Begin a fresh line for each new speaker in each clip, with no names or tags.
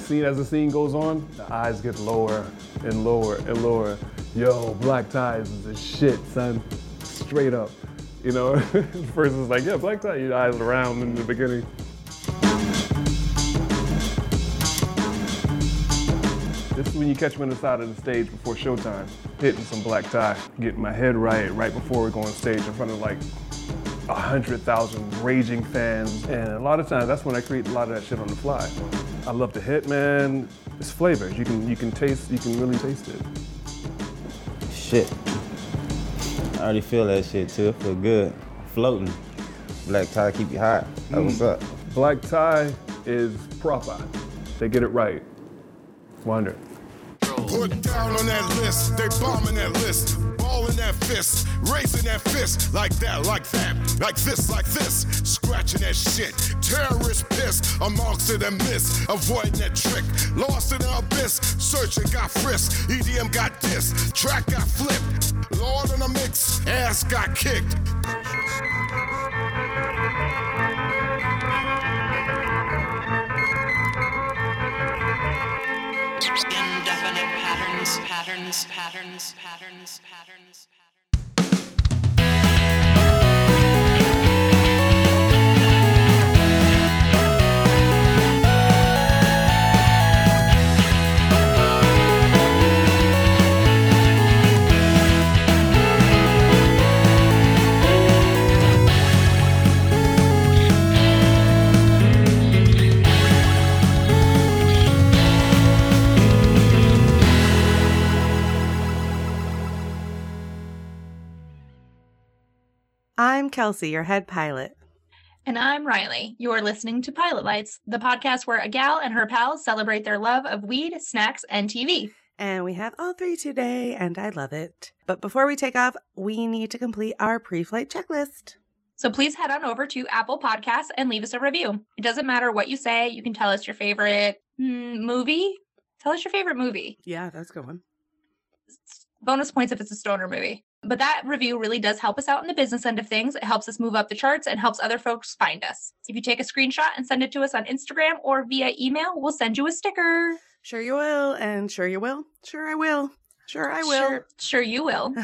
scene, as the scene goes on, the eyes get lower and lower and lower. Yo, black ties is the shit, son. Straight up. You know, first it's like, yeah, black tie, your eyes around in the beginning. This is when you catch me on the side of the stage before showtime, hitting some black tie, getting my head right right before we go on stage in front of like 100,000 raging fans. And a lot of times, that's when I create a lot of that shit on the fly. I love to hit, man. It's flavors. You can, you can taste, you can really taste it.
Shit. I already feel that shit too. It feel good. Floating. Black tie keep you hot. That's what's up.
Black tie is proper. They get it right. Wonder.
Put down on that list, they bombing that list, balling that fist, raising that fist, like that, like that, like this, like this, scratching that shit. Terrorist piss, amongst it and miss, avoiding that trick, lost in the abyss, searching got frisked, EDM got dissed, track got flipped, Lord in the mix, ass got kicked.
Indefinite patterns, patterns, patterns, patterns, patterns, patterns.
I'm Kelsey, your head pilot.
And I'm Riley. You are listening to Pilot Lights, the podcast where a gal and her pals celebrate their love of weed, snacks, and TV.
And we have all three today, and I love it. But before we take off, we need to complete our pre flight checklist.
So please head on over to Apple Podcasts and leave us a review. It doesn't matter what you say, you can tell us your favorite mm, movie. Tell us your favorite movie.
Yeah, that's a good one.
bonus points if it's a stoner movie. But that review really does help us out in the business end of things. It helps us move up the charts and helps other folks find us. If you take a screenshot and send it to us on Instagram or via email, we'll send you a sticker.
Sure, you will, and sure, you will. Sure, I will. Sure, I will.
Sure, sure you will.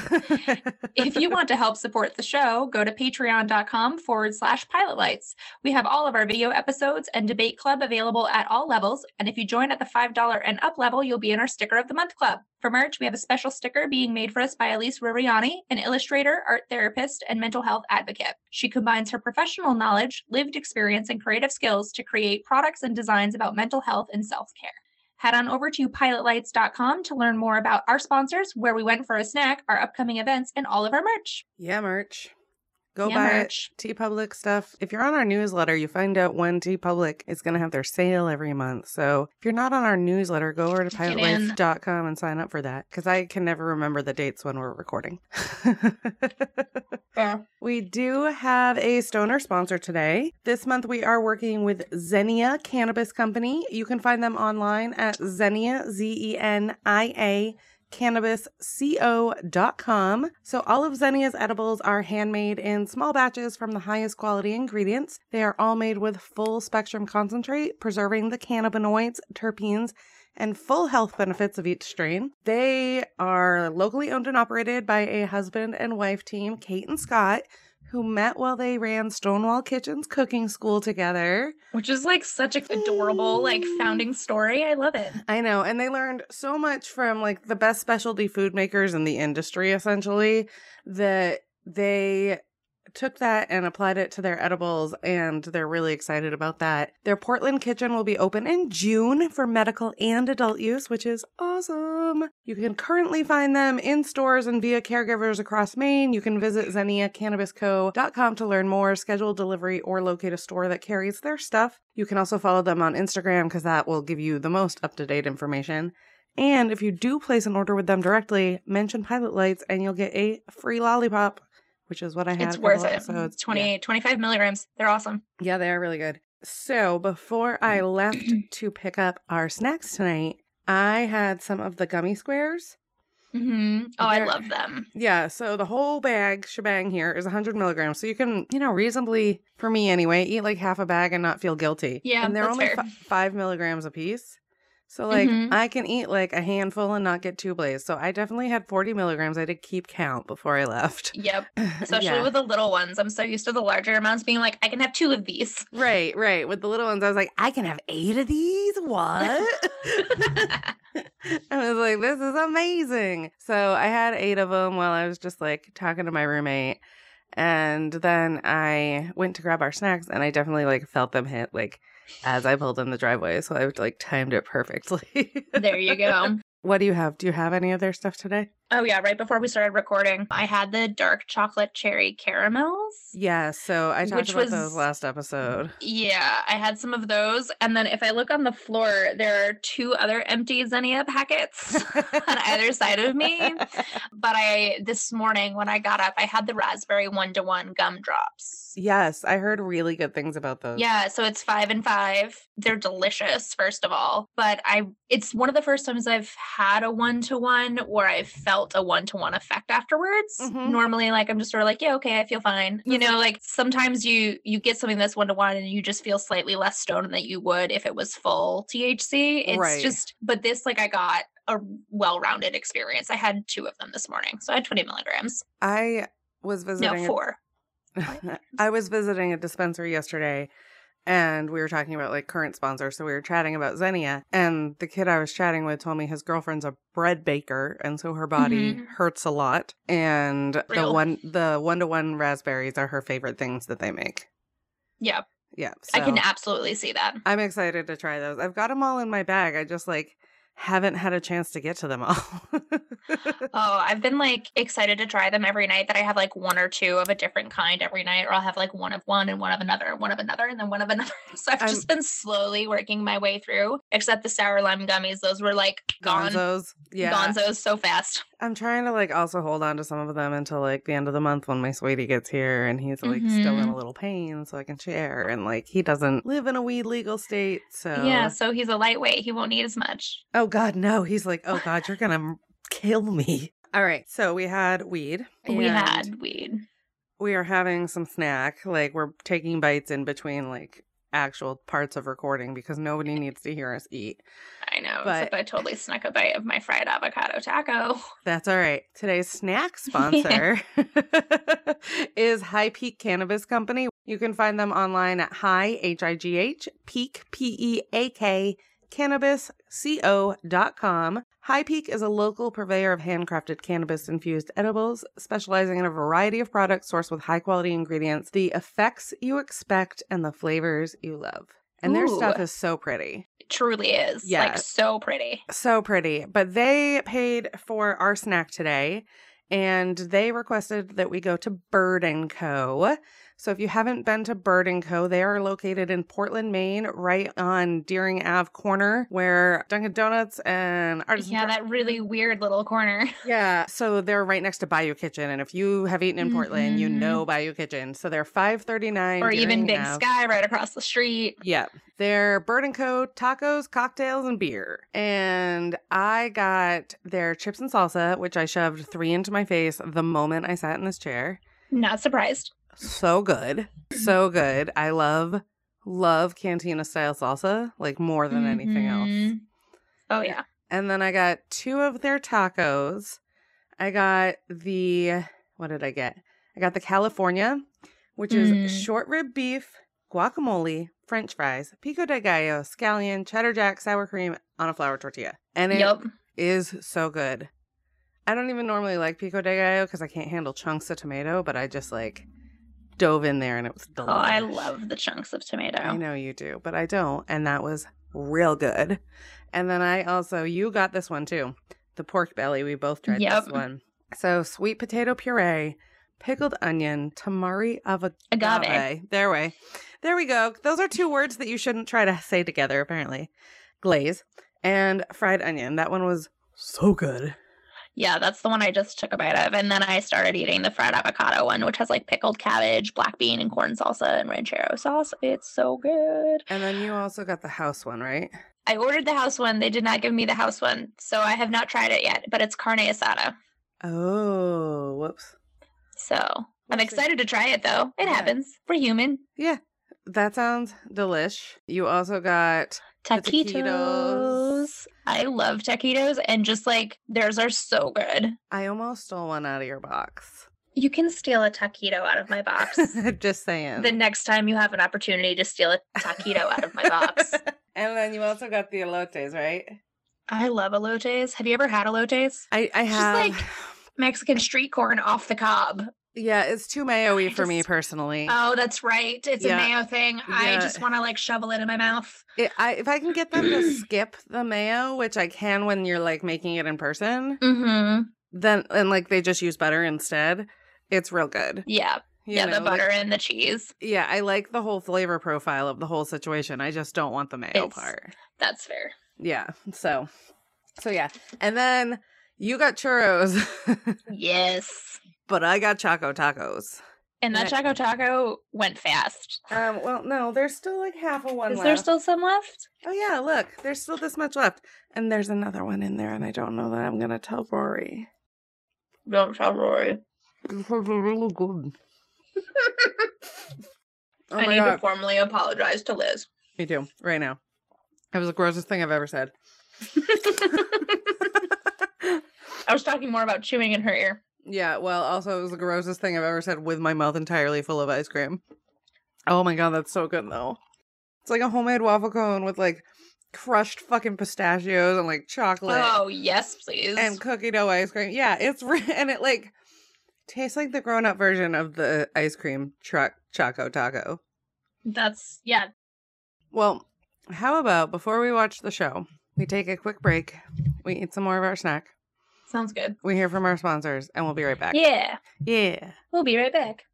if you want to help support the show, go to patreon.com forward slash pilot lights. We have all of our video episodes and debate club available at all levels. And if you join at the $5 and up level, you'll be in our sticker of the month club. For merch, we have a special sticker being made for us by Elise Ririani, an illustrator, art therapist, and mental health advocate. She combines her professional knowledge, lived experience, and creative skills to create products and designs about mental health and self care. Head on over to pilotlights.com to learn more about our sponsors, where we went for a snack, our upcoming events, and all of our merch.
Yeah, merch. Go
Yeah,
buy
merch.
it. T Public stuff. If you're on our newsletter, you find out when T Public is going to have their sale every month. So if you're not on our newsletter, go over to
Get in.
pilotlife.com and sign up for that because I can never remember the dates when we're recording. We do have a stoner sponsor today. This month we are working with Xenia Cannabis Company. You can find them online at Xenia, Z E N I A, cannabisco.com. So all of Xenia's edibles are handmade in small batches from the highest quality ingredients. They are all made with full spectrum concentrate, preserving the cannabinoids, terpenes, and full health benefits of each strain. They are locally owned and operated by a husband and wife team, Kate and Scott, who met while they ran Stonewall Kitchen's cooking school together.
Which is like such a adorable, like founding story. I love it.
I know, and they learned so much from like the best specialty food makers in the industry essentially that they took that and applied it to their edibles and they're really excited about that. Their Portland kitchen will be open in June for medical and adult use, which is awesome. You can currently find them in stores and via caregivers across Maine. You can visit zeniacannabisco.com to learn more, schedule delivery or locate a store that carries their stuff. You can also follow them on Instagram because that will give you the most up-to-date information. And if you do place an order with them directly, mention Pilot Lights and you'll get a free lollipop, which is what I had.
It's
a
worth
couple
it.
episodes.
28, 25 milligrams. They're awesome.
Yeah, they are really good. So before I left to pick up our snacks tonight, I had some of the gummy squares.
hmm Oh, I
They're-
love them.
Yeah, so the whole bag shebang here is 100 milligrams. So you can, you know, reasonably, for me anyway, eat like half a bag and not feel guilty.
Yeah,
and they're
that's
only
fair.
fi- five milligrams a piece. So like
Mhm.
I can eat like a handful and not get too blazed. So I definitely had 40 milligrams. I did keep count before I left.
Yep. Especially
Yeah.
with the little ones. I'm so used to the larger amounts being like, I can have two of these.
Right, right. With the little ones, I was like, I can have eight of these. What? I was like, this is amazing. So I had eight of them while I was just like talking to my roommate. And then I went to grab our snacks and I definitely like felt them hit like as I pulled in the driveway. So I like timed it perfectly.
there you go.
what do you have? Do you have any of their stuff today?
Oh yeah, right before we started recording, I had the dark chocolate cherry caramels.
Yeah. So I talked
Which
about
was-
those last episode.
Yeah, I had some of those. And then if I look on the floor, there are two other empty Xenia packets on either side of me. But I this morning when I got up, I had the raspberry one to one gumdrops.
Yes, I heard really good things about those.
Yeah, so it's five and five. They're delicious, first of all. But I it's one of the first times I've had a one to one where I felt a one to one effect afterwards.
Mhm.
Normally like I'm just sort of like, yeah, okay, I feel fine. You know, like sometimes you you get something that's one to one and you just feel slightly less stoned than you would if it was full THC. It's
Right.
just but this like I got a well-rounded experience. I had two of them this morning. So I had 20 milligrams.
I was visiting.
no,
a-
four.
I was visiting a dispensary yesterday and we were talking about like current sponsors. So we were chatting about Xenia and the kid I was chatting with told me his girlfriend's a bread baker and so her body
Mhm.
hurts a lot. And the
Real.
one the one to one raspberries are her favorite things that they make.
Yeah,
Yeah.
I can
so
absolutely see that.
I'm excited to try those. I've got them all in my bag. I just like haven't had a chance to get to them all.
Oh, I've been like excited to try them every night that I have like one or two of a different kind every night, or I'll have like one of one and one of another and one of another and then one of another. So I've
I'm-
just been slowly working my way through, except the sour lime gummies. Those were like gone.
Gonzos. Yeah.
Gonzo's so fast.
I'm trying to like also hold on to some of them until like the end of the month when my sweetie gets here and he's like still in a
Mhm.
little pain so I can share and like he doesn't live in a weed legal state so
Yeah, so he's a lightweight. He won't need as much.
oh god no he's like oh god you're gonna kill me all right so we had weed
we
and
had weed.
we are having some snack like we're taking bites in between like actual parts of recording because nobody needs to hear us eat
I know,
but-
except I totally snuck a bite of my fried avocado taco.
That's all right. Today's snack sponsor is High Peak Cannabis Company. You can find them online at high, H I G H, peak, P E A K, cannabis, C O dot com. High Peak is a local purveyor of handcrafted cannabis infused edibles, specializing in a variety of products sourced with high quality ingredients, the effects you expect, and the flavors you love. And their
Ooh.
stuff is so pretty.
It truly is.
Yeah.
Like so pretty.
So pretty. But they paid for our snack today and they requested that we go to Bird and Co. So if you haven't been to Bird and Co, they are located in Portland, Maine, right on Deering Ave corner where Dunkin' Donuts and Artisan
Yeah,
Dra-
that really weird little corner.
yeah. So they're right next to Bayou Kitchen and if you have eaten in Portland, you
Mhm.
know Bayou Kitchen. So they're 539
or
Deering
even Big
Ave.
Sky right across the street.
Yeah. Their Bird and Co. tacos, cocktails, and beer. And I got their chips and salsa, which I shoved three into my face the moment I sat in this chair.
Not surprised.
So good. So good. I love, love cantina style salsa, like more than anything else.
Mhm. Oh yeah.
And then I got two of their tacos. I got the, what did I get? I got the California, which
Mm.
is short rib beef, guacamole, french fries, pico de gallo, scallion, cheddar jack, sour cream on a flour tortilla. And it is
Yup.
so good. I don't even normally like pico de gallo because I can't handle chunks of tomato, but I just like dove in there and it was
Oh,
delicious.
I love the chunks of tomato.
I know you do, but I don't. And that was real good. And then I also, you got this one too the pork belly. We both tried
Yep.
this one. So, sweet potato puree, pickled onion, tamari avocado.
Agave.
There way. There we go. Those are two words that you shouldn't try to say together, apparently. Glaze and fried onion. That one was so good.
Yeah, that's the one I just took a bite of, and then I started eating the fried avocado one, which has like pickled cabbage, black bean, and corn salsa and ranchero sauce. It's so good.
And then you also got the house one, right?
I ordered the house one. They did not give me the house one, so I have not tried it yet. But it's carne asada,
Oh, whoops.
so I'm
We'll see.
excited to try it though. It
Yeah.
happens. We're human.
That sounds delish. You also got taquitos.
Taquitos. I love taquitos, and just like theirs are so good.
I almost stole one out of your box.
You can steal a taquito out of my box.
Just saying.
the next time you have an opportunity to steal a taquito out of my box.
and then you also got the elotes, right?
I love elotes. Have you ever had elotes?
I, I
Just
have.
like- Mexican street corn off the cob.
yeah, it's too mayo-y
I
for me
just-
personally.
Oh, that's right. It's
Yeah.
a mayo thing. I
Yeah.
just want to like shovel it in my mouth.
It, I, if I can get them to skip the mayo, which I can when you're like making it in person,
Mm-hmm.
then and like they just use butter instead, it's real good.
Yeah.
You
yeah,
know,
the
like-
butter and the cheese.
yeah, I like the whole flavor profile of the whole situation. I just don't want the mayo
It's-
part.
That's fair.
Yeah. So, so yeah, and then you got churros,
Yes.
but I got choco tacos.
And that
Yeah.
Choco Taco went fast.
Um. Well, no, there's still like half of one
Is
left.
there still some left?
oh yeah, look, there's still this much left, and there's another one in there, and I don't know that I'm gonna tell Rory.
Don't tell Rory.
It's really good. oh
I
my
need to
god,
formally apologize to Liz.
me too. Right now, it was the grossest thing I've ever said.
I was talking more about chewing in her ear.
Yeah, well, also it was the grossest thing I've ever said with my mouth entirely full of ice cream. Oh my god, that's so good though. It's like a homemade waffle cone with like crushed fucking pistachios and like chocolate
Oh, yes, please.
and cookie dough ice cream. Yeah, it's re- and it like tastes like the grown-up version of the ice cream truck choco taco.
That's, yeah.
Well, how about before we watch the show, we take a quick break, we eat some more of our snack,
Sounds good.
we hear from our sponsors, and we'll be right back.
Yeah.
Yeah.
We'll be right back.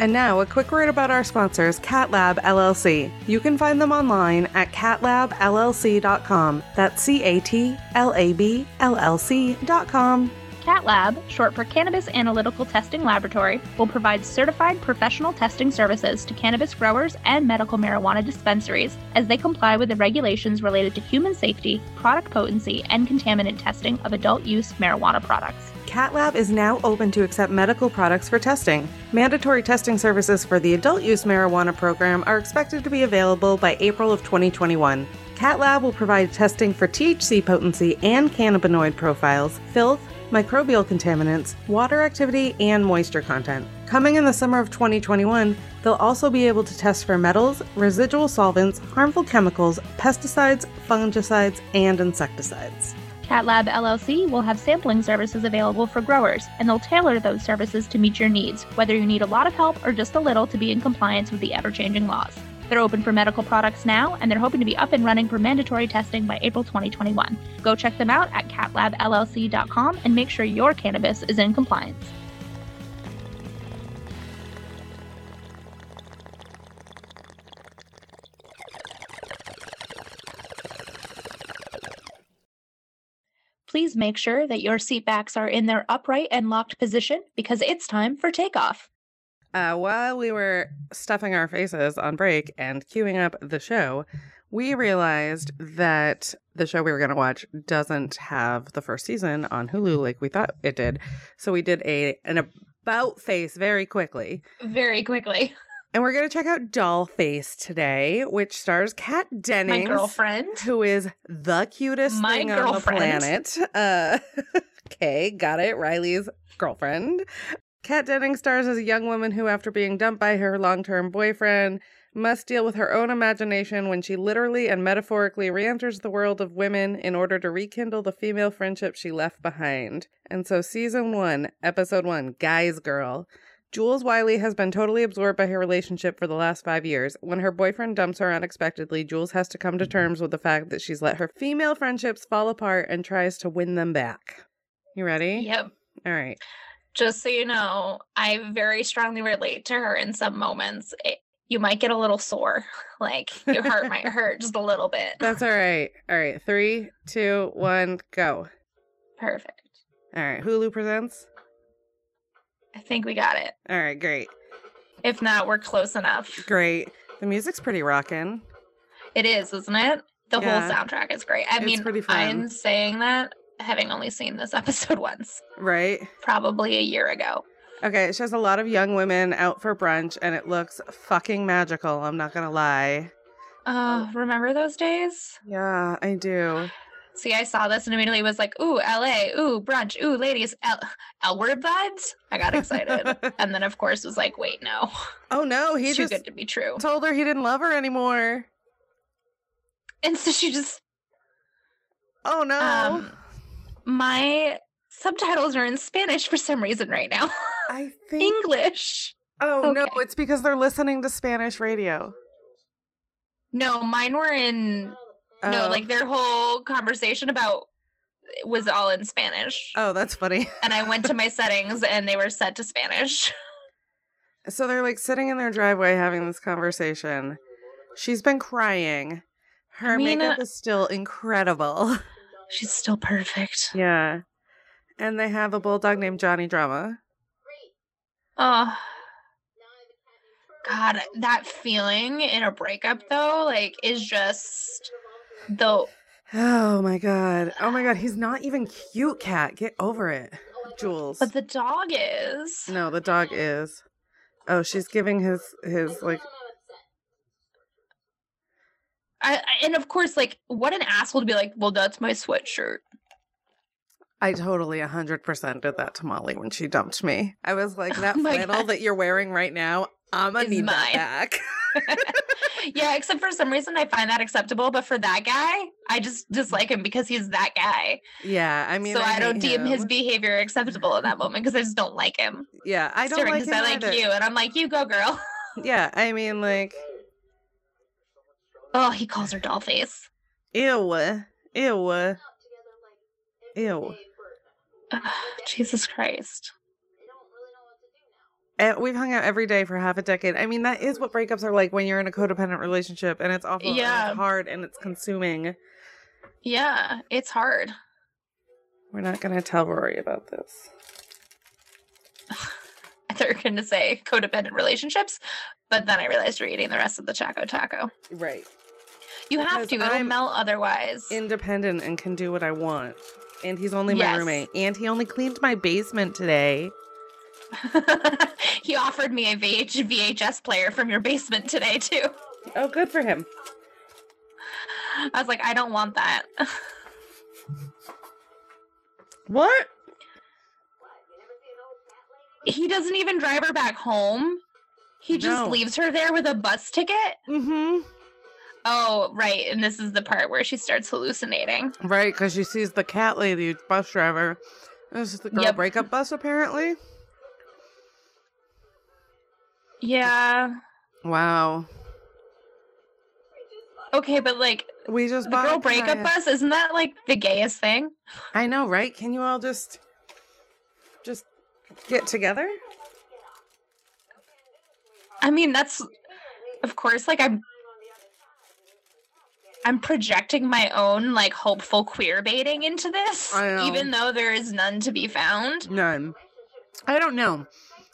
And now, a quick word about our sponsors, CatLab LLC. You can find them online at catlabllc.com. That's C A T L A B L L C.com.
Cat Lab, short for Cannabis Analytical Testing Laboratory, will provide certified professional testing services to cannabis growers and medical marijuana dispensaries as they comply with the regulations related to human safety, product potency, and contaminant testing of adult use marijuana products.
CatLab is now open to accept medical products for testing. Mandatory testing services for the adult use marijuana program are expected to be available by April of 2021. CatLab will provide testing for THC potency and cannabinoid profiles, filth, microbial contaminants, water activity, and moisture content. Coming in the summer of 2021, they'll also be able to test for metals, residual solvents, harmful chemicals, pesticides, fungicides, and insecticides.
Cat Lab LLC will have sampling services available for growers, and they'll tailor those services to meet your needs, whether you need a lot of help or just a little to be in compliance with the ever changing laws. They're open for medical products now, and they're hoping to be up and running for mandatory testing by April 2021. Go check them out at catlabllc.com and make sure your cannabis is in compliance. Please make sure that your seatbacks are in their upright and locked position because it's time for takeoff.
Uh, while we were stuffing our faces on break and queuing up the show, we realized that the show we were going to watch doesn't have the first season on Hulu like we thought it did. So we did a an about face very quickly.
Very quickly.
And we're going to check out Doll Face today, which stars Kat Dennings,
My girlfriend.
who is the cutest
My
thing on
girlfriend.
the planet. Uh, okay, got it. Riley's girlfriend. Kat Denning stars as a young woman who, after being dumped by her long term boyfriend, must deal with her own imagination when she literally and metaphorically re enters the world of women in order to rekindle the female friendship she left behind. And so, season one, episode one, Guys Girl. Jules Wiley has been totally absorbed by her relationship for the last five years. When her boyfriend dumps her unexpectedly, Jules has to come to terms with the fact that she's let her female friendships fall apart and tries to win them back. You ready?
Yep.
All right.
just so you know, I very strongly relate to her in some moments. It, you might get a little sore, like your heart might hurt just a little bit.
That's all right. All right. Three, two, one, go.
perfect.
All right. Hulu presents.
I think we got it.
All right. Great.
If not, we're close enough.
Great. The music's pretty rockin'.
It is, isn't it? The
Yeah.
whole soundtrack is great. I
It's
mean,
pretty fun.
I'm saying that having only seen this episode once,
Right?
probably a year ago.
Okay. It shows a lot of young women out for brunch and it looks fucking magical. I'm not going to lie.
Oh, remember those days?
Yeah, I do.
See, I saw this and immediately was like, ooh, LA, ooh, brunch, ooh, ladies, L- Elwood buds. I got excited. and then, of course, was like, wait, no,
Oh no, he
too
just
good to be true.
told her he didn't love her anymore.
And so she just,
Oh no.
um, my subtitles are in Spanish for some reason right now.
I think
English.
Oh no,
okay.
it's because they're listening to Spanish radio.
No, mine were in, no,
Oh.
like their whole conversation about was all in Spanish.
Oh, that's funny.
And I went to my settings and they were set to Spanish.
So they're like sitting in their driveway having this conversation. She's been crying. Her
I mean,
makeup
uh,
is still incredible.
She's still perfect.
yeah. And they have a bulldog named Johnny Drama.
Oh. God, that feeling in a breakup though, like is just the
Oh my god. Oh my god, he's not even cute cat. Get over it. Jules.
but the dog is.
No, the dog is. Oh, she's giving his his like
I, I- and of course like what an asshole to be like, "Well, that's my sweatshirt."
I totally 100% did that to Molly when she dumped me. I was like,
Oh
that
my
flannel
God.
that you're wearing right now, I'm gonna
Is
need that
mine.
back.
yeah, except for some reason I find that acceptable, but for that guy, I just dislike him because he's that guy.
yeah, I mean,
so I, don't
hate
deem his
him.
behavior acceptable in that moment because I just don't like him.
Yeah, I don't like
because
him
I like
either.
you, and I'm like, you go, girl.
Yeah, I mean, like,
Oh, he calls her doll face.
ew, ew, ew.
Ugh, Jesus Christ.
And we've hung out every day for half a decade. I mean, that is what breakups are like when you're in a codependent relationship, and it's awful, and
Yeah.
it's hard, and it's consuming.
Yeah, it's hard.
We're not gonna tell Rory about this.
They're going to say codependent relationships, but then I realized you're eating the rest of the Choco Taco.
Right.
You have
Because
to, it'll
I'm
melt otherwise.
independent and can do what I want. And he's only my
Yes.
roommate. And he only cleaned my basement today.
he offered me a VH- VHS player from your basement today, too.
Oh, good for him.
I was like, I don't want that.
What?
he doesn't even drive her back home. He just
No.
leaves her there with a bus ticket.
Mm-hmm.
Oh, right. And this is the part where she starts hallucinating.
Right, because she sees the cat lady bus driver. This is the girl
Yep.
breakup bus, apparently.
Yeah.
Wow.
Okay, but like
We just
the
bought
girl
a
breakup
kayak.
bus, isn't that like the gayest thing?
I know, right? Can you all just just get together?
I mean, that's of course like I'm I'm projecting my own like hopeful queer baiting into this,
I know.
even though there is none to be found.
None. I don't know.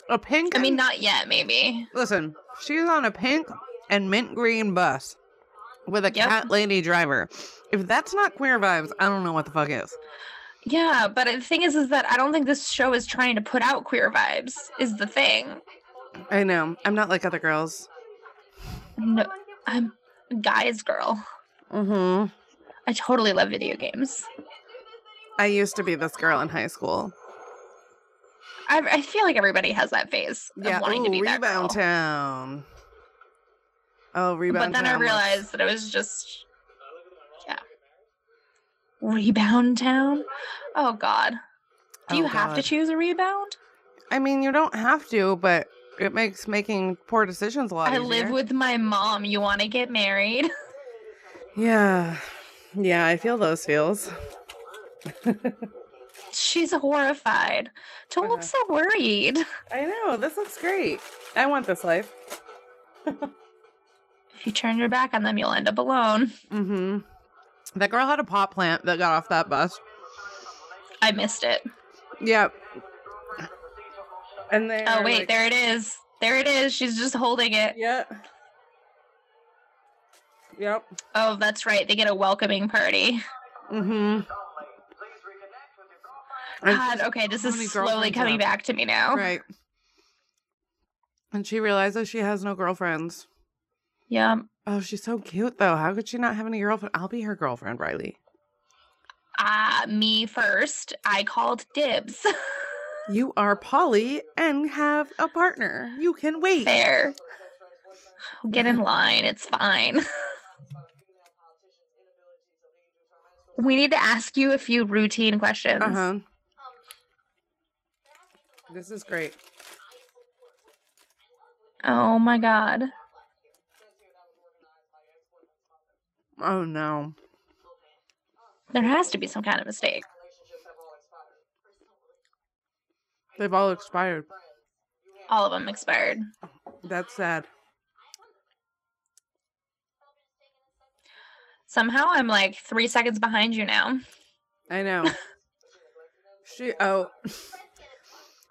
A pink.
I mean, not yet, maybe.
Listen, she's on a pink and mint green bus with a
Yep.
cat lady driver. If that's not queer vibes, I don't know what the fuck is.
Yeah, but the thing is, is that I don't think this show is trying to put out queer vibes. Is the thing?
I know. I'm not like other girls.
No, I'm a guys girl.
Mm-hmm.
I totally love video games.
I used to be this girl in high school.
I, I feel like everybody has that phase of wanting to
ooh,
be that
Rebound
girl.
Town. Oh, Rebound
but then I
Town was-
realized that it was just, yeah, rebound town. Oh God,
Oh,
do you have to
God.
choose a rebound?
I mean, you don't have to, but it makes making poor decisions a lot
I
easier.
live with my mom. You want to get married?
Yeah. Yeah, I feel those feels.
She's horrified. Don't look
Uh-huh.
so worried.
I know. This looks great. I want this life.
If you turn your back on them, you'll end up alone.
Mm-hmm. That girl had a pot plant that got off that bus.
I missed it.
Yep. And they.
Oh
are,
wait,
like-
there it is. There it is. She's just holding it.
Yep. Yep.
Oh, that's right. They get a welcoming party.
Mm-hmm.
God, okay, this
how many
is slowly
girlfriends
coming
have-
back to me now.
Right. And she realizes she has no girlfriends.
Yeah.
Oh, she's so cute though. How could she not have any girlfriend? I'll be her girlfriend, Riley.
Uh, me first. I called dibs.
You are Polly and have a partner. You can wait.
Fair. Get in line. It's fine. we need to ask you a few routine questions.
Uh huh. This is great.
Oh my god.
Oh no.
There has to be some kind of mistake.
They've all expired.
All of them expired.
That's sad.
Somehow I'm like three seconds behind you now.
I know. she oh.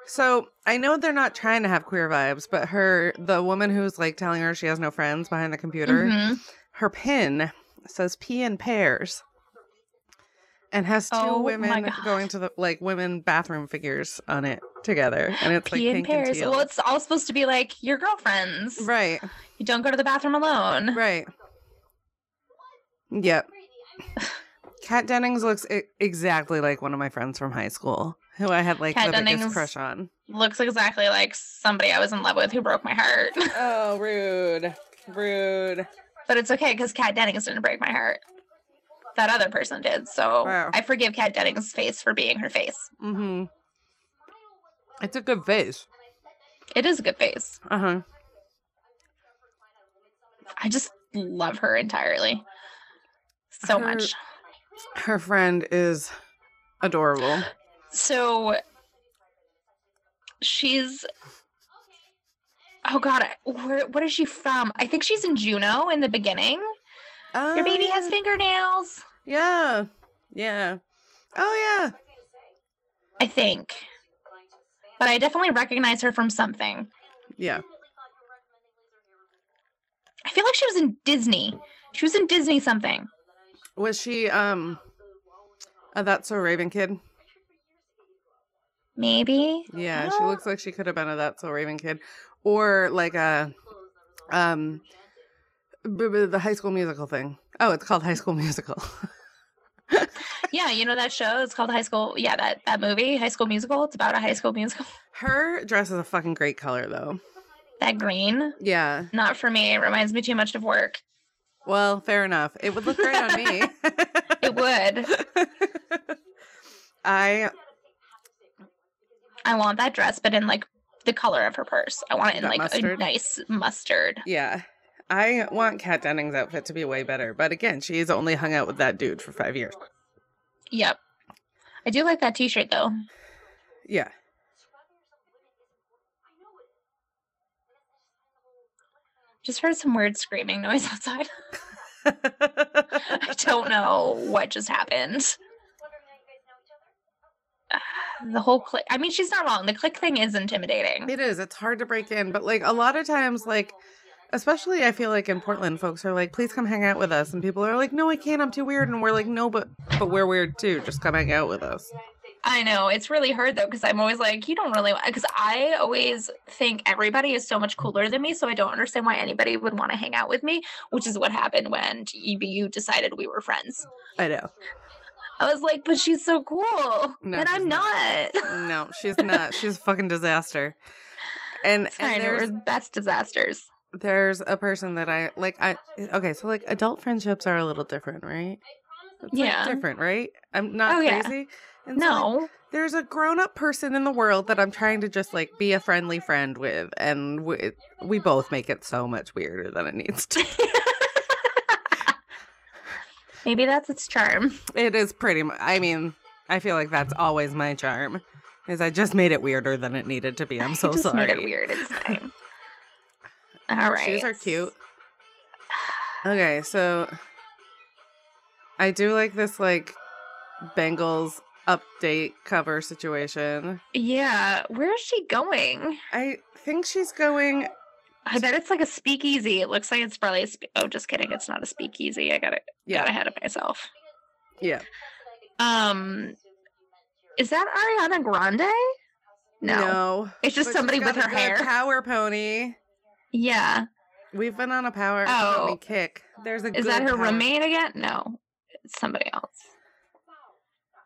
So I know they're not trying to have queer vibes, but her the woman who's like telling her she has no friends behind the computer,
Mhm.
her pin says pee in pairs. And has two
Oh my
women
God.
going to the like women bathroom figures on it together. And it's like
Pee in
pink and
pairs.
teal.
Well, it's all supposed to be like your girlfriends.
right.
You don't go to the bathroom alone.
Right. Yep. Kat Dennings looks e- exactly like one of my friends from high school, who I had like
Kat
the
Dennings.
biggest crush on.
Looks exactly like somebody I was in love with who broke my heart.
Oh, rude, rude.
but it's okay because Kat Dennings didn't break my heart. That other person did. So
Wow.
I forgive Kat Dennings' face for being her face.
Mm-hmm. It's a good face.
It is a good face.
Uh huh.
I just love her entirely. So
Her-
much.
Her friend is adorable.
So she's Oh god, I- where what is she from? I think she's in Juno in the beginning.
Oh,
Your baby
yeah.
has fingernails,
Yeah, yeah. Oh yeah.
I think. But I definitely recognize her from something.
Yeah.
I feel like she was in Disney. She was in Disney something.
Was she um? Uh, that's so Raven kid.
Maybe.
Yeah, she
Uh,
looks like she could have been a That's So Raven kid, or like a, um, b- b- the High School Musical thing. Oh, it's called High School Musical.
Yeah, you know that show? It's called High School. Yeah, that, that movie, High School Musical. It's about a high school musical.
Her dress is a fucking great color though.
That green.
Yeah.
Not for me. It reminds me too much of work.
Well, fair enough. It would look great on me.
It would.
I
I want that dress, but in like the color of her purse. I want it in
That
like a
mustard?
nice mustard.
yeah. I want Kat Dennings' outfit to be way better, but again, she's only hung out with that dude for five years.
Yep. I do like that t shirt though.
Yeah.
Just heard some weird screaming noise outside. I don't know what just happened. Ah, The whole click. I mean, she's not wrong. The click thing is intimidating.
It is. It's hard to break in, but like a lot of times, like especially I feel like in Portland, folks are like, "Please come hang out with us," and people are like, "No, I can't. I'm too weird." And we're like, "No, but but we're weird too. Just come hang out with us."
I know it's really hard though because I'm always like, you don't really. Because I always think everybody is so much cooler than me, so I don't understand why anybody would want to hang out with me. Which is what happened when you, you decided we were friends.
I know.
I was like, but she's so cool,
No,
and
she's
I'm not.
not. No, she's not. She's a fucking disaster. And,
It's
and
fine.
there's
We're best disasters.
there's a person that I like. I okay, so like adult friendships are a little different, right? It's, like,
Yeah.
different, right? I'm not
Oh, yeah.
crazy. And so, like,
No,
there's a grown-up person in the world that I'm trying to just like be a friendly friend with, and we, we both make it so much weirder than it needs to.
maybe that's its charm.
it is pretty. Mu- I mean, I feel like that's always my charm, is I just made it weirder than it needed to be. I'm so
I just
sorry.
made it weird. It's fine. All right.
Shoes are cute. Okay, so I do like this like Bengals update cover situation.
Yeah. Where is she going?
I think she's going
I bet it's like a speakeasy. It looks like it's probably a spe- oh, just kidding. It's not a speakeasy. I got it.
yeah.
Got ahead of myself.
Yeah.
Um, is that Ariana Grande? No, it's
But
just
she's
somebody
got
with
a
her
good
hair.
Power pony.
yeah.
We've been on a power
Oh.
economy kick. There's a good
Is that her
power-
roommate again? No, it's somebody else.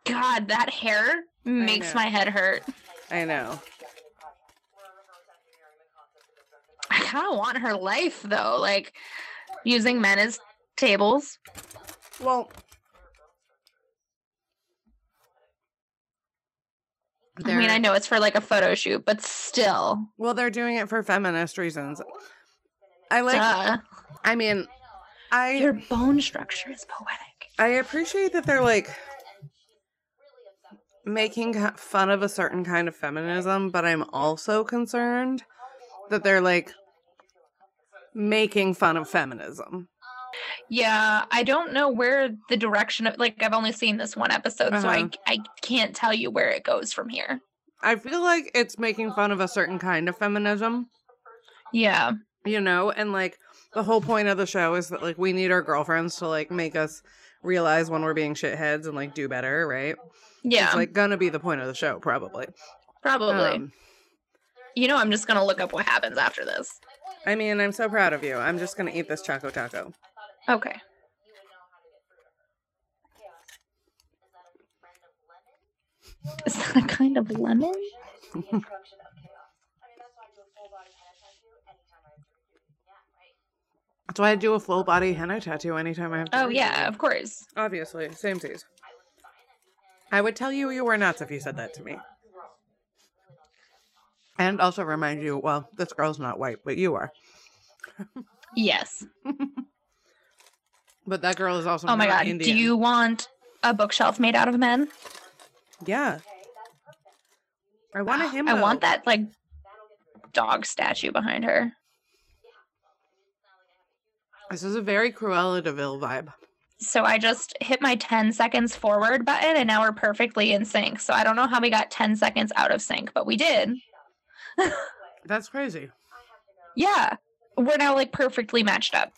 God, that hair makes
know.
my head hurt.
I know.
I kind of want her life though, like using men as tables.
Well,
I mean,
they're-
I know it's for like a photo shoot, but still,
Well, they're doing it for feminist reasons. I like.
duh.
I mean, I
Your bone structure is poetic.
I appreciate that they're like making co- fun of a certain kind of feminism, but I'm also concerned that they're like making fun of feminism.
Yeah, I don't know where the direction of like I've only seen this one episode, so I
Uh-huh.
I can't tell you where it goes from here.
I feel like it's making fun of a certain kind of feminism,
Yeah.
you know, and like the whole point of the show is that like we need our girlfriends to like make us realize when we're being shitheads and like do better, right?
Yeah.
It's like gonna be the point of the show probably.
probably.
Um,
you know, I'm just going to look up what happens after this.
I mean, I'm so proud of you. I'm just gonna eat this choco taco.
Okay. Is that a kind of lemon?
That's why I do a full body henna tattoo anytime I have. to
Oh
read.
yeah, of course.
obviously, same teas. I would tell you you were nuts if you said that to me. And also remind you, well, this girl's not white, but you are.
Yes.
But that girl is also.
Oh my
not
god.
Indian.
Do you want a bookshelf made out of men?
Yeah. I want a him.
I want that like dog statue behind her.
This is a very Cruella Deville vibe.
So I just hit my 10 seconds forward button and now we're perfectly in sync. So I don't know how we got 10 seconds out of sync, but we did.
That's crazy.
Yeah. We're now like perfectly matched up.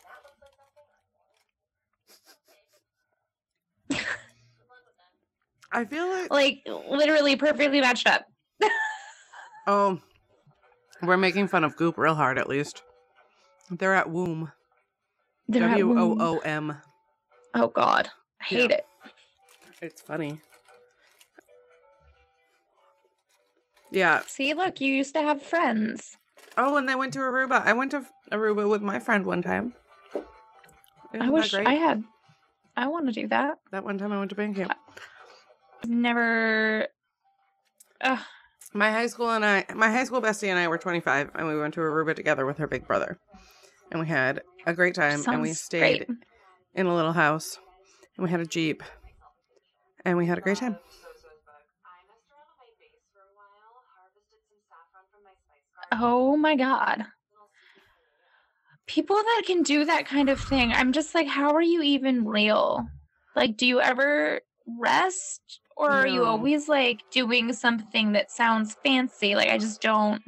I feel like
Like literally perfectly matched up.
oh, we're making fun of Goop real hard. At least they're at womb.
They're at
W O
one-
O M.
Oh god. I hate
Yeah.
it.
It's funny. Yeah.
See, look, you used to have friends.
Oh, and they went to Aruba. I went to f- Aruba with my friend one time. Isn't
I
that
wish
great?
I had I want to do that.
that one time I went to band camp.
I've never Ugh.
My high school and I, my high school bestie and I were 25, and we went to Aruba together with her big brother, and we had a great time. and we
Sounds
stayed
great.
in a little house, and we had a jeep, and we had a great time.
Oh my god. People that can do that kind of thing, I'm just like, how are you even real? Like, do you ever rest? Or are you
No.
always like doing something that sounds fancy? Like, I just don't.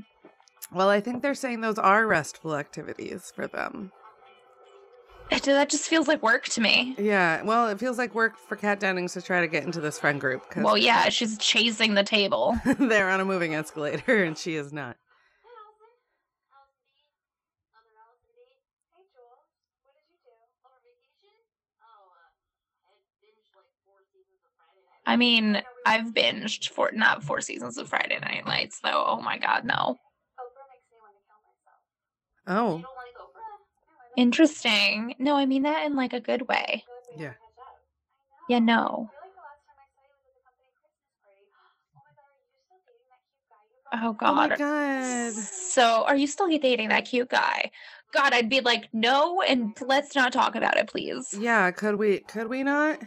Well, I think they're saying those are restful activities for them.
It- That just feels like work to me.
Yeah. Well, it feels like work for Kat Dennings to try to get into this friend group because
Well, yeah, she's chasing the table.
they're on a moving escalator and she is not.
I mean, I've binged for not four seasons of Friday Night Lights, though. Oh my God, no.
Oh,
Interesting. No, I mean that in like a good way.
yeah.
Yeah, no. Oh God.
Oh my god.
So, are you still dating that cute guy? God, I'd be like, no, and let's not talk about it, please.
Yeah, could we could we not?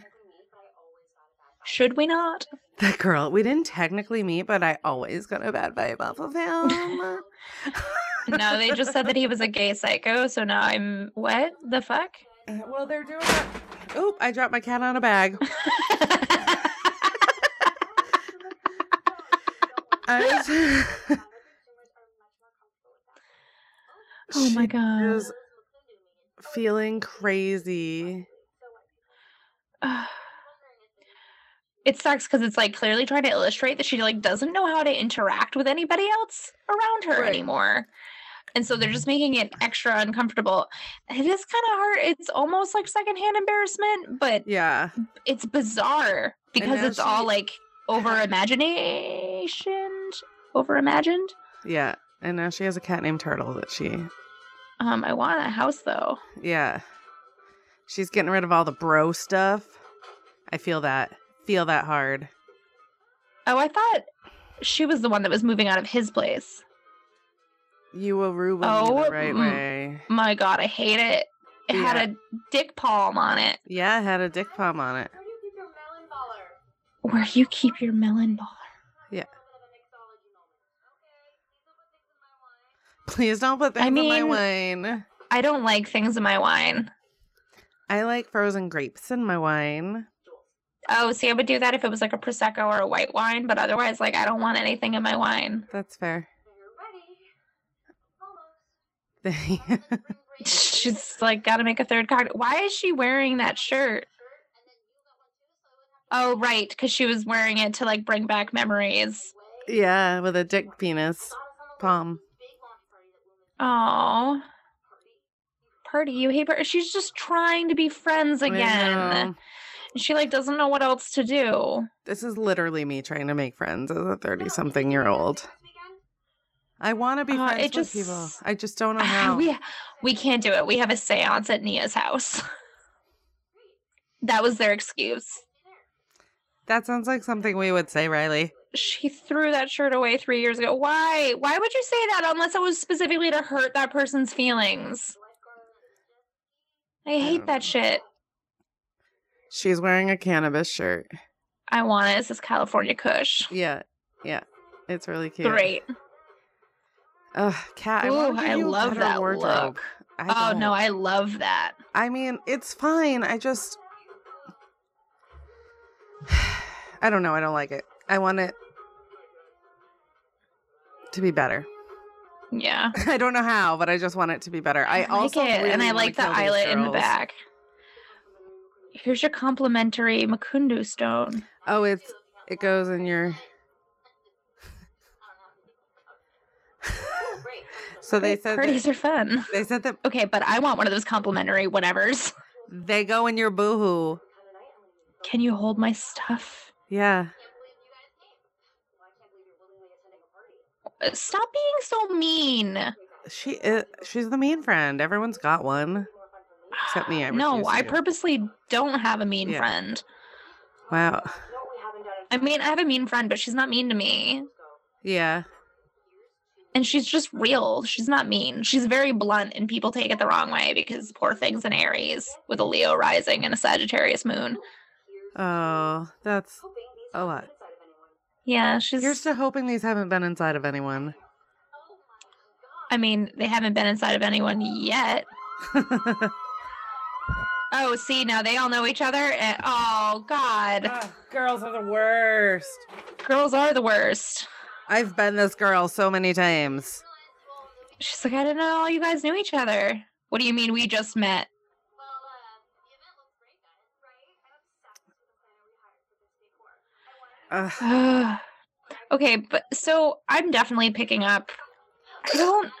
Should we not?
That girl, we didn't technically meet, but I always got a bad vibe off of him.
No, they just said that he was a gay psycho. So now I'm what the fuck?
well, they're doing it. Oop, I dropped my cat on a bag. I was-
oh my
She
God.
is feeling crazy.
Ugh. it sucks because it's like clearly trying to illustrate that she like doesn't know how to interact with anybody else around her
Right. Mm-hmm.
anymore And so they're just making it extra uncomfortable. It is kind of hard. It's almost like secondhand embarrassment, but
Yeah.
it's bizarre because
now
it's all
she-
like over imagination, over imagined.
Yeah. And now she has a cat named Turtle that she,
Um, I want a house though.
yeah. She's getting rid of all the bro stuff. I feel that. Feel that hard.
Oh, I thought she was the one that was moving out of his place.
You will ruin me
Oh,
the right
mm.
way.
My God, I hate it. It
Yeah.
had a dick palm on it.
Yeah, it had a dick palm on it.
Where you keep your melon baller?
Please don't put things in my
mean-
wine.
I don't like things in my wine.
I like frozen grapes in my wine.
Oh, see, I would do that if it was like a prosecco or a white wine, but otherwise, like, I don't want anything in my wine.
That's fair.
She's like, gotta make a third cocktail. Why is she wearing that shirt? Oh, right, because she was wearing it to like bring back memories.
yeah, with a dick penis palm.
Oh, party, you hate her. She's just trying to be friends
I
again.
know.
She like doesn't know what else to do.
This is literally me trying to make friends as a 30 something year old. I want to be
Uh,
friends
it
with people.
just-
I just don't know how.
we we can't do it. We have a séance at Nia's house. that was their excuse.
That sounds like something we would say, Riley.
She threw that shirt away 3 years ago. Why? Why would you say that unless it was specifically to hurt that person's feelings? I hate
don't know.
that shit.
She's wearing a cannabis shirt.
I want it. This is California Kush.
Yeah, yeah. It's really cute.
Great.
Ugh, Kat, I, wanna
Ooh,
give
I
you a
love
better
that
wardrobe.
look.
I
oh no,
don't.
I love that.
I mean, it's fine. I just I don't know, I don't like it. I want it to be better.
Yeah.
I don't know how, but I just want it to be better. I,
like
also
it, and
really wanna
I like the
kill these
eyelet in the
girls.
back. Here's your complimentary Makundu stone.
Oh, it's it goes in your So they
Great,
said
parties
that,
are fun.
they said that
Okay, but I want one of those complimentary whatevers.
they go in your boohoo.
Can you hold my stuff?
Yeah.
Uh, Stop being so mean.
She is, she's the mean friend. Everyone's got one. Except me, I
no,
refuse
I
to.
purposely don't have a mean
Yeah.
friend.
Wow.
I mean, I have a mean friend, but she's not mean to me.
Yeah.
And she's just real. She's not mean. She's very blunt, and people take it the wrong way because poor thing's an Aries with a Leo rising and a Sagittarius moon.
Oh, that's a lot.
Yeah, she's.
Here's to hoping these haven't been inside of anyone.
I mean, they haven't been inside of anyone yet. Oh, see, now they all know each other. And, oh, God.
girls are the worst.
Girls are the worst.
I've been this girl so many times.
She's like, I didn't know all you guys knew each other. What do you mean we just met?
Ugh.
Ugh. okay, but so I'm definitely picking up. I don't.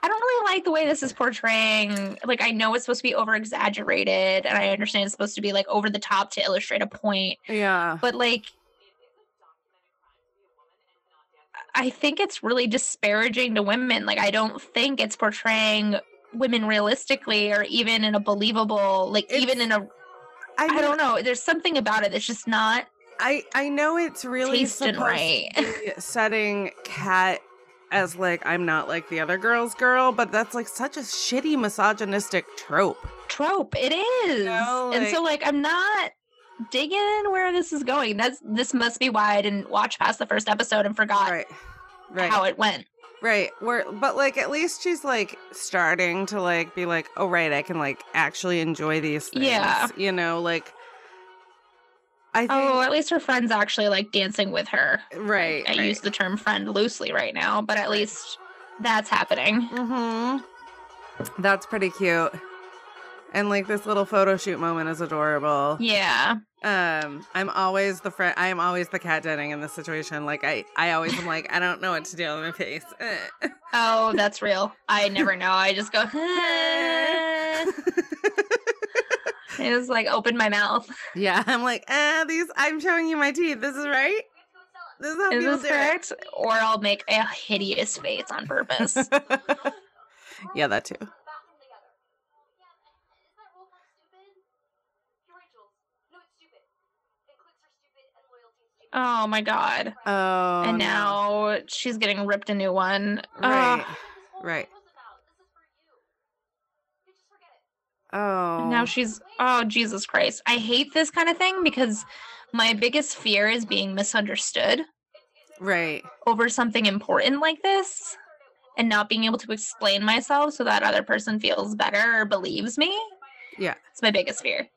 I don't really like the way this is portraying. Like, I know it's supposed to be over exaggerated, and I understand it's supposed to be like over the top to illustrate a point,
Yeah.
but like i think it's really disparaging to women like i don't think it's portraying women realistically or even in a believable like even
It's-
in a
I,
i
mean,
don't know there's something about it that's just not
I, I know it's really
tasting
supposed
right
to be setting Kat as like I'm not like the other girls girl, but that's like such a shitty misogynistic trope.
trope it is
know,
and so like i'm not digging where this is going that's this must be why i didn't watch past the first episode and forgot
Right. Right.
how it went
Right. We're but like at least she's like starting to like be like, oh right, I can like actually enjoy these things.
Yeah.
You know, like I think
oh at least her friends actually like dancing with her
right.
I use the term friend loosely right now, but at least that's happening.
Mm-hmm. That's pretty cute. And like this little photo shoot moment is adorable.
Yeah.
Um, I'm always the friend. I am always the cat denning in this situation. Like I, I always am like I don't know what to do with my face. Eh.
Oh, that's real. I never know. I just go. It was like open my mouth.
yeah, I'm like ah, these. I'm showing you my teeth. This is right. This is how
Is
people
this
do it.
correct? Or I'll make a hideous face on purpose.
yeah, that too.
oh my god.
Oh,
and
no.
now ah. she's getting ripped a new one.
right,
Ugh.
right. Oh,
And now she's oh Jesus Christ. I hate this kind of thing because my biggest fear is being misunderstood
right,
over something important like this and not being able to explain myself so that other person feels better or believes me.
Yeah.
It's my biggest fear.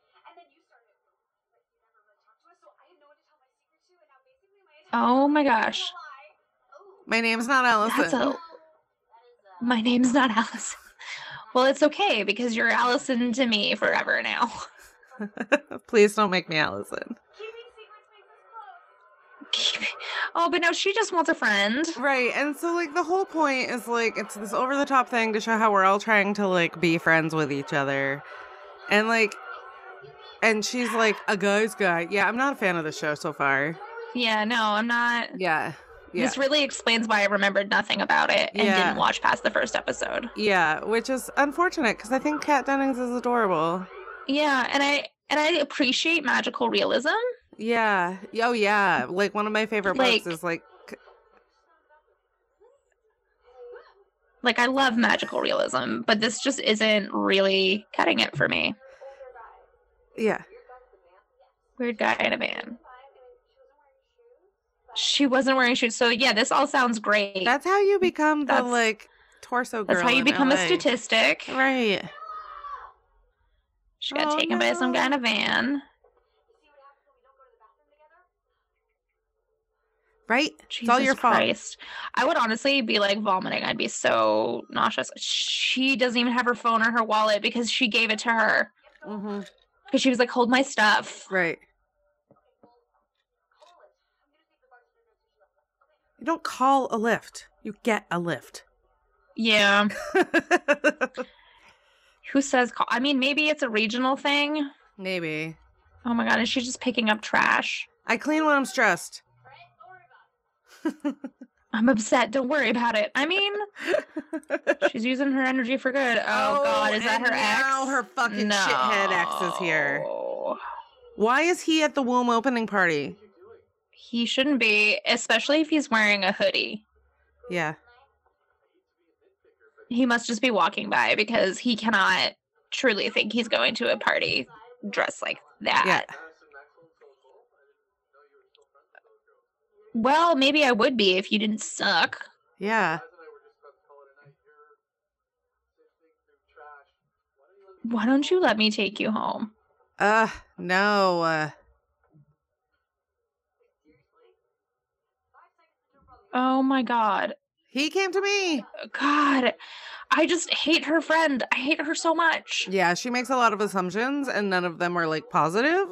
Oh my gosh.
my name's not Allison.
That's a my name's not Allison. Well, it's okay because you're Allison to me forever now.
Please don't make me Allison.
oh, but no, she just wants a friend.
Right. And so like the whole point is like it's this over the top thing to show how we're all trying to like be friends with each other. And like and she's like a guy's guy. Yeah, I'm not a fan of the show so far.
Yeah, no, I'm not.
Yeah. Yeah.
This really explains why I remembered nothing about it and
Yeah.
didn't watch past the first episode.
yeah, which is unfortunate because I think Kat Dennings is adorable.
Yeah, and I and I appreciate magical realism.
Yeah. Oh yeah. Like one of my favorite
Like-
books is like
Like I love magical realism, but this just isn't really cutting it for me.
yeah.
Weird guy in a van. She wasn't wearing shoes. So yeah, this all sounds great.
That's how you become the
That's-
like torso girl.
That's how you
in
become a
LA.
statistic.
Right.
She got
Oh,
taken by some guy in
no.
a van.
Right?
Jesus
it's all your fault.
Christ. I would honestly be like vomiting. I'd be so nauseous. She doesn't even have her phone or her wallet because she gave it to her.
hmm
Because she was like, hold my stuff.
Right. You don't call a lift. You get a lift.
Yeah. Who says call? I mean, maybe it's a regional thing.
Maybe.
Oh my God. And she's just picking up trash.
I clean when I'm stressed.
I'm upset. Don't worry about it. I mean, she's using her energy for good. Oh, God. Is that
and
her ex?
Now her fucking shithead ex is here.
No.
Why is he at the womb opening party?
He shouldn't be, especially if he's wearing a hoodie.
Yeah.
he must just be walking by because he cannot truly think he's going to a party dressed like that.
Yeah.
Well, maybe I would be if you didn't suck.
Yeah.
Why don't you let me take you home?
Uh, no. Uh,
Oh my god.
he came to me.
God. I just hate her friend. I hate her so much.
Yeah, she makes a lot of assumptions and none of them are like positive.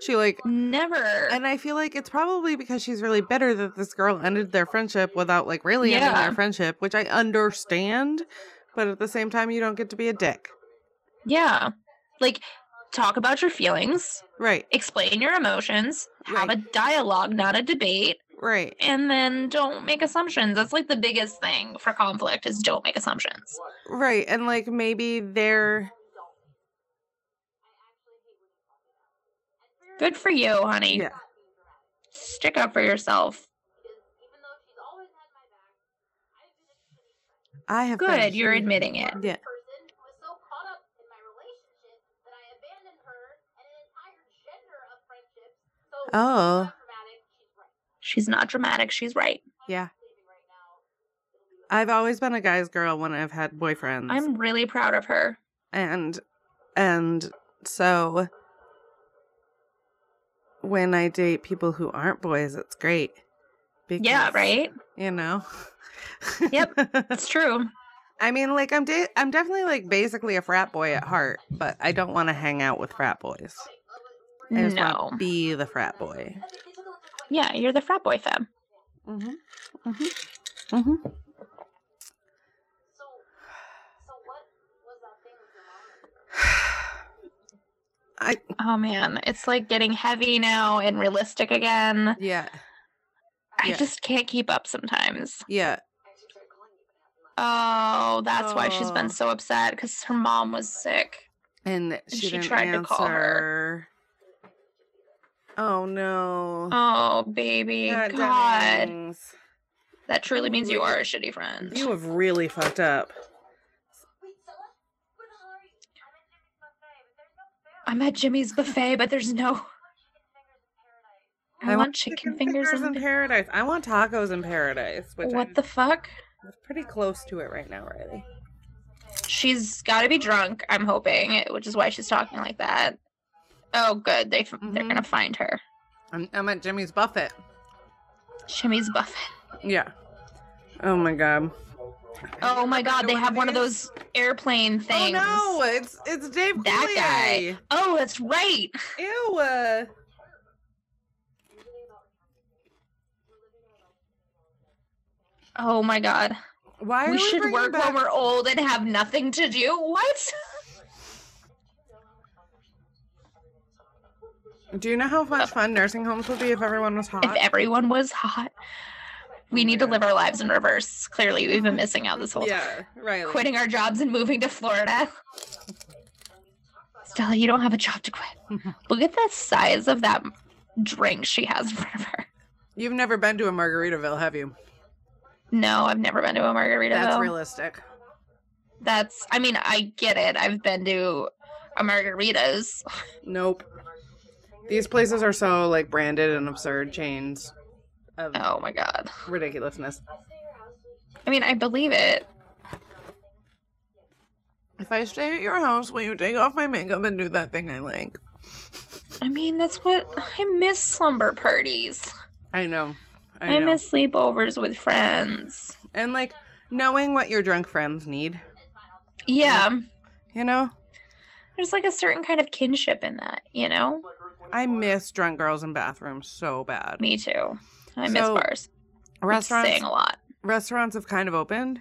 She like
Never.
And I feel like it's probably because she's really bitter that this girl ended their friendship without like really ending
Yeah.
their friendship, which I understand, but at the same time you don't get to be a dick.
yeah. Like talk about your feelings,
Right.
explain your emotions, have
Right.
a dialogue, not a debate.
Right.
and then don't make assumptions. That's like the biggest thing for conflict is don't make assumptions.
Right. And like maybe they're
Good for you, honey.
Yeah.
Stick up for yourself.
I have been-
Good, you're admitting it.
Yeah. Oh.
She's not dramatic, she's right.
Yeah. I've always been a guy's girl when I've had boyfriends.
I'm really proud of her.
and and so when I date people who aren't boys, it's great.
Yeah,
because,
right?
You know.
Yep. That's true.
I mean, like I'm de- I'm definitely like basically a frat boy at heart, but I don't want to hang out with frat boys. I just wanna
No.
be the frat boy.
Yeah, you're the frat boy femme.
Mm-hmm. Mm-hmm. Mm-hmm. I
Oh man, it's like getting heavy now and realistic again.
yeah
I
Yeah.
just can't keep up sometimes.
yeah
Oh, that's why she's
Oh.
been so upset because her mom was sick.
and she,
she
didn't
tried
answer.
to call her.
Oh no!
Oh, baby.
That
God.
dings.
That truly means you are a shitty friend.
you have really fucked up.
I'm at Jimmy's buffet, but there's no. I, want chicken fingers,
in
and
paradise. I want tacos in paradise. Which
What
I'm
the fuck?
pretty close to it right now, Riley.
She's got to be drunk. I'm hoping, which is why she's talking like that. Oh, good. They f they're
Mhm.
gonna find her.
I'm, I'm at Jimmy's buffet.
Jimmy's buffet.
Yeah. Oh my god.
Oh my god,
to
they
one
have
of
one of
these?
those airplane things.
Oh no! It's it's Dave
That
Coulier.
Oh, that's right.
Ew. uh,
Oh my god.
Why are
we
we
should
bringing
work
back-
when we're old and have nothing to do. What?
Do you know how much fun nursing homes would be if everyone was hot?
If everyone was hot, we need to live our lives in reverse. Clearly, we've been missing out this whole time.
yeah, right.
Quitting our jobs and moving to Florida. Stella, you don't have a job to quit. Look at the size of that drink she has in front of her.
You've never been to a Margaritaville, have you?
No, I've never been to a margarita.
That's realistic.
That's. I mean, I get it. I've been to a margaritas.
Nope. These places are so like branded and absurd chains of
Oh my god.
ridiculousness.
I mean, I believe it.
If I stay at your house, will you take off my makeup and do that thing I like?
I mean, that's what I miss slumber parties.
I know. I,
I,
know.
miss sleepovers with friends.
and like knowing what your drunk friends need,
Yeah,
you know?
there's like a certain kind of kinship in that, you know?
I miss drunk girls in bathrooms so bad.
Me too. I miss
So,
bars. Restaurants.
Restaurants
Saying a lot.
restaurants have kind of opened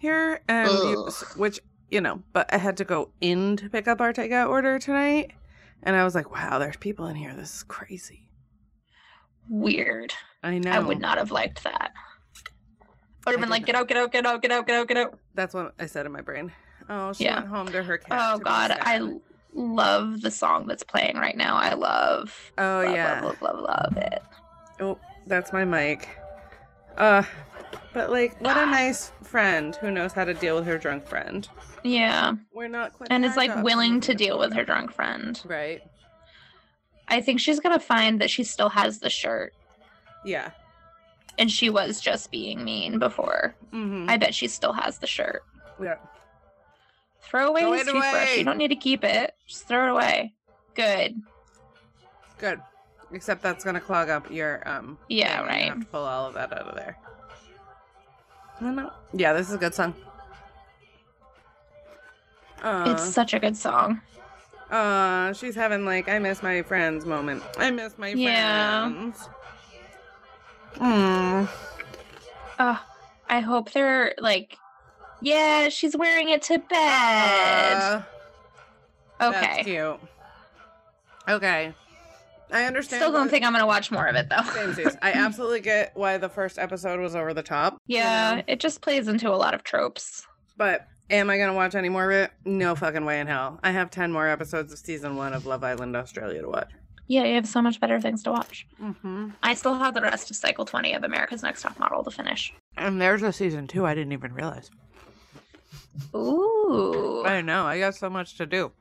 here and you-
Ugh.
which you know but i had to go in to pick up our takeout order tonight and i was like wow there's people in here this is crazy
Weird.
i know
I would not have liked that. I would have
I
been
did
like,
not.
get out, get out, get out, get out, get out, get out.
that's what i said in my brain oh she
Yeah.
went home to her cat
Oh
to be
God,
sad.
I love the song that's playing right now. I love,
oh
love,
yeah
love, love, love, love it.
oh that's my mic uh but like what a nice friend who knows how to deal with her drunk friend
Yeah,
we're not quitting
and is
our
like
jobs
willing
this
to
is
deal with her
important.
drunk friend.
right
I think she's gonna find that she still has the shirt,
yeah
and she was just being mean before.
mm-hmm.
I bet she still has the shirt.
yeah
Throw away
Throw
his
it
toothbrush.
away.
You don't need to keep it. Just throw it away. Good.
Good. Except that's gonna clog up your um.
Yeah,
thing and you
right.
Have to pull all of that out of there. No, no. Yeah, this is a good song. Uh,
It's such a good song.
uh, she's having like I miss my friends moment. I miss my
Yeah.
friends. Mm.
Oh, I hope they're like, yeah, she's wearing it to bed.
Uh, That's
okay.
cute. Okay. I understand.
Still don't
what-
think I'm gonna watch more of it though.
Samesies. I absolutely get why the first episode was over the top. you know?
yeah, it just plays into a lot of tropes.
But am I going to watch any more of it? No fucking way in hell. I have 10 more episodes of season one of Love Island Australia to watch.
Yeah, you have so much better things to watch.
Mm-hmm.
I still have the rest of cycle 20 of America's Next Top Model to finish.
And there's a season two I didn't even realize.
Ooh,
I know. I got so much to do.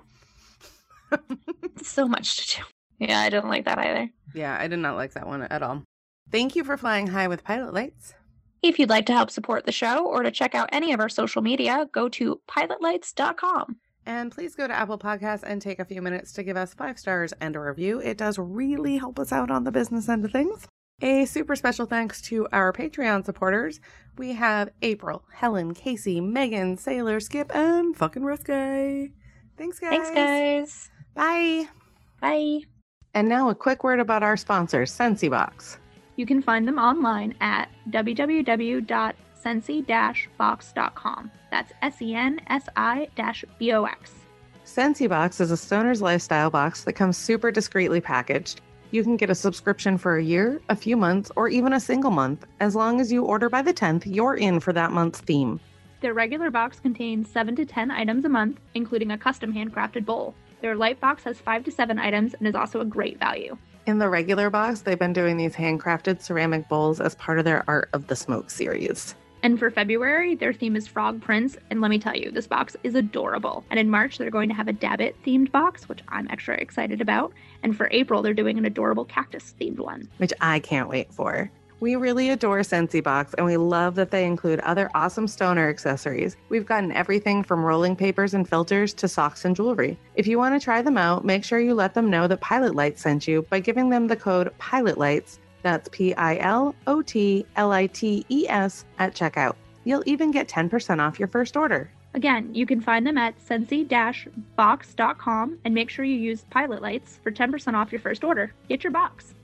so much to do. Yeah, I didn't like that either.
Yeah, I did not like that one at all. Thank you for flying high with pilot lights.
If you'd like to help support the show or to check out any of our social media, go to pilotlights.com.
And please go to Apple Podcasts and take a few minutes to give us five stars and a review. It does really help us out on the business end of things. A super special thanks to our Patreon supporters. We have April, Helen, Casey, Megan, Sailor, Skip, and fucking Rough Guy. Thanks, guys.
Thanks, guys.
Bye.
Bye.
And now a quick word about our sponsor, SensiBox.
You can find them online at www.sensi-box.com. That's E S-E-N-S-I-B-O-X.
SensiBox is a stoner's lifestyle box that comes super discreetly packaged. You can get a subscription for a year, a few months, or even a single month. As long as you order by the 10th, you're in for that month's theme.
Their regular box contains 7 to 10 items a month, including a custom handcrafted bowl. Their light box has 5 to 7 items and is also a great value.
In the regular box, they've been doing these handcrafted ceramic bowls as part of their Art of the Smoke series.
And for February, their theme is frog prints, and let me tell you, this box is adorable. And in March, they're going to have a Dabbit themed box, which I'm extra excited about. And for April, they're doing an adorable cactus themed one.
which I can't wait for. We really adore Scentsy Box and we love that they include other awesome stoner accessories. We've gotten everything from rolling papers and filters to socks and jewelry. If you want to try them out, make sure you let them know that Pilot Lights sent you by giving them the code PILOTLIGHTS, that's P I L O T L I T E S, at checkout. You'll even get 10% off your first order.
Again, you can find them at sensi-box.com and make sure you use pilot lights for 10% off your first order. Get your box.